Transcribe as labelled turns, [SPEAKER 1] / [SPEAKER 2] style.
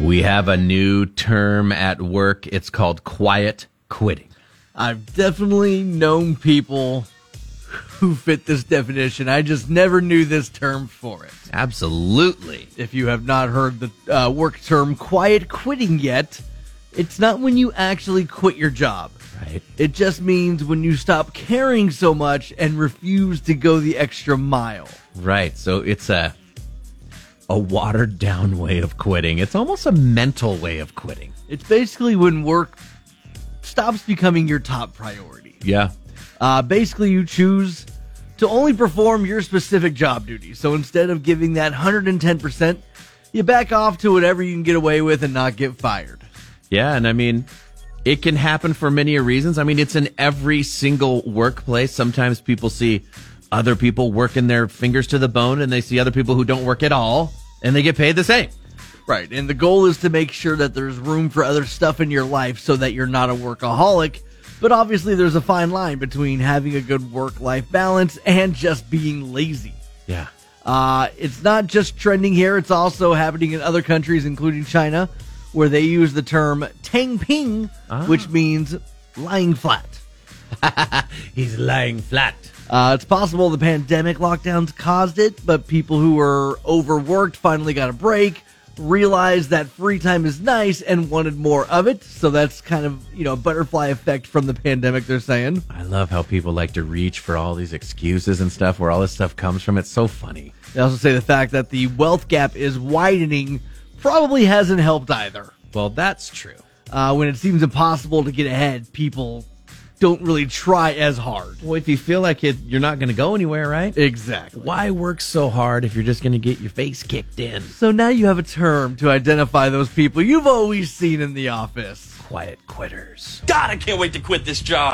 [SPEAKER 1] We have a new term at work. It's called quiet quitting.
[SPEAKER 2] I've definitely known people who fit this definition. I just never knew this term for it.
[SPEAKER 1] Absolutely.
[SPEAKER 2] If you have not heard the uh, work term quiet quitting yet, it's not when you actually quit your job.
[SPEAKER 1] Right.
[SPEAKER 2] It just means when you stop caring so much and refuse to go the extra mile.
[SPEAKER 1] Right. So it's a a watered down way of quitting. It's almost a mental way of quitting.
[SPEAKER 2] It's basically when work stops becoming your top priority.
[SPEAKER 1] Yeah.
[SPEAKER 2] Uh, basically, you choose to only perform your specific job duties. So instead of giving that 110%, you back off to whatever you can get away with and not get fired.
[SPEAKER 1] Yeah, and I mean it can happen for many reasons. I mean, it's in every single workplace. Sometimes people see other people working their fingers to the bone and they see other people who don't work at all and they get paid the same.
[SPEAKER 2] Right. And the goal is to make sure that there's room for other stuff in your life so that you're not a workaholic. But obviously, there's a fine line between having a good work life balance and just being lazy.
[SPEAKER 1] Yeah.
[SPEAKER 2] Uh, it's not just trending here, it's also happening in other countries, including China, where they use the term tang ping, which means lying flat.
[SPEAKER 1] He's lying flat.
[SPEAKER 2] Uh, it's possible the pandemic lockdowns caused it, but people who were overworked finally got a break, realized that free time is nice, and wanted more of it. So that's kind of, you know, a butterfly effect from the pandemic, they're saying.
[SPEAKER 1] I love how people like to reach for all these excuses and stuff where all this stuff comes from. It's so funny.
[SPEAKER 2] They also say the fact that the wealth gap is widening probably hasn't helped either.
[SPEAKER 1] Well, that's true.
[SPEAKER 2] uh, when it seems impossible to get ahead, people don't really try as hard.
[SPEAKER 1] Well, if you feel like it, you're not going to go anywhere, right?
[SPEAKER 2] Exactly.
[SPEAKER 1] Why work so hard if you're just going to get your face kicked in?
[SPEAKER 2] So now you have a term to identify those people you've always seen in the office.
[SPEAKER 1] Quiet quitters.
[SPEAKER 3] God, I can't wait to quit this job.